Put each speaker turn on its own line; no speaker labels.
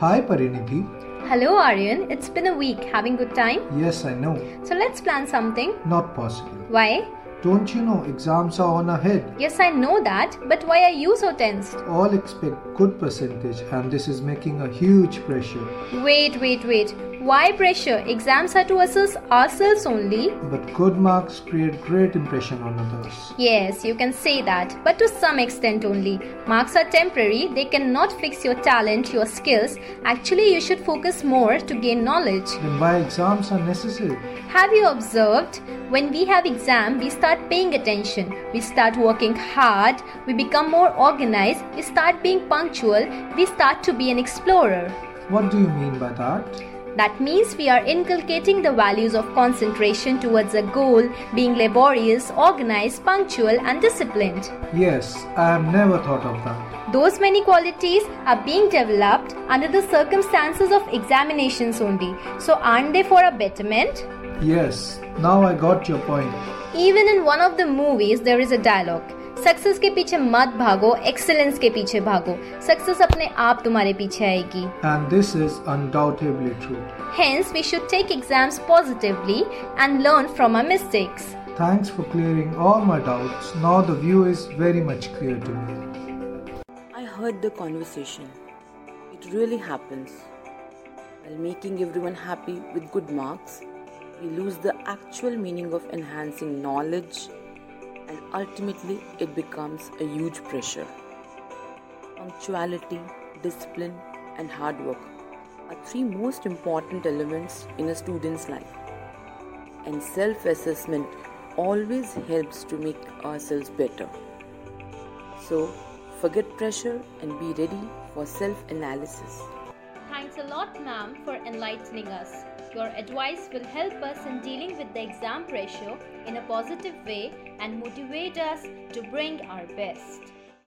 Hi Parinidhi.
Hello Aryan, it's been a week. Having good time?
Yes, I know.
So let's plan something.
Not possible.
Why?
Don't you know exams are on ahead?
Yes, I know that, but why are you so tensed?
All expect good percentage and this is making a huge pressure.
Wait, wait, wait. Why pressure? Exams are to assess ourselves only.
But good marks create great impression on others.
Yes, you can say that, but to some extent only. Marks are temporary, they cannot fix your talent, your skills. Actually, you should focus more to gain knowledge.
Then why exams are necessary?
Have you observed? When we have exam, we start paying attention. We start working hard, we become more organized, we start being punctual, we start to be an explorer.
What do you mean by that?
That means we are inculcating the values of concentration towards a goal, being laborious, organized, punctual, and disciplined.
Yes, I have never thought of that.
Those many qualities are being developed under the circumstances of examinations only. So, aren't they for a betterment?
Yes, now I got your point.
Even in one of the movies, there is a dialogue. Success के पीछे मत भागो excellence के पीछे भागो success अपने आप तुम्हारे पीछे आएगी
And this is undoubtedly true.
Hence, we should take exams positively and learn from our mistakes.
Thanks for clearing all my doubts. Now the view is very much clear to me.
I heard the conversation. It really happens. While making everyone happy with good marks, we lose the actual meaning of enhancing knowledge, and ultimately, it becomes a huge pressure. Punctuality, discipline, and hard work are three most important elements in a student's life. And self assessment always helps to make ourselves better. So, forget pressure and be ready for self analysis.
Thanks a lot, ma'am, for enlightening us. Your advice will help us in dealing with the exam pressure in a positive way and motivate us to bring our best.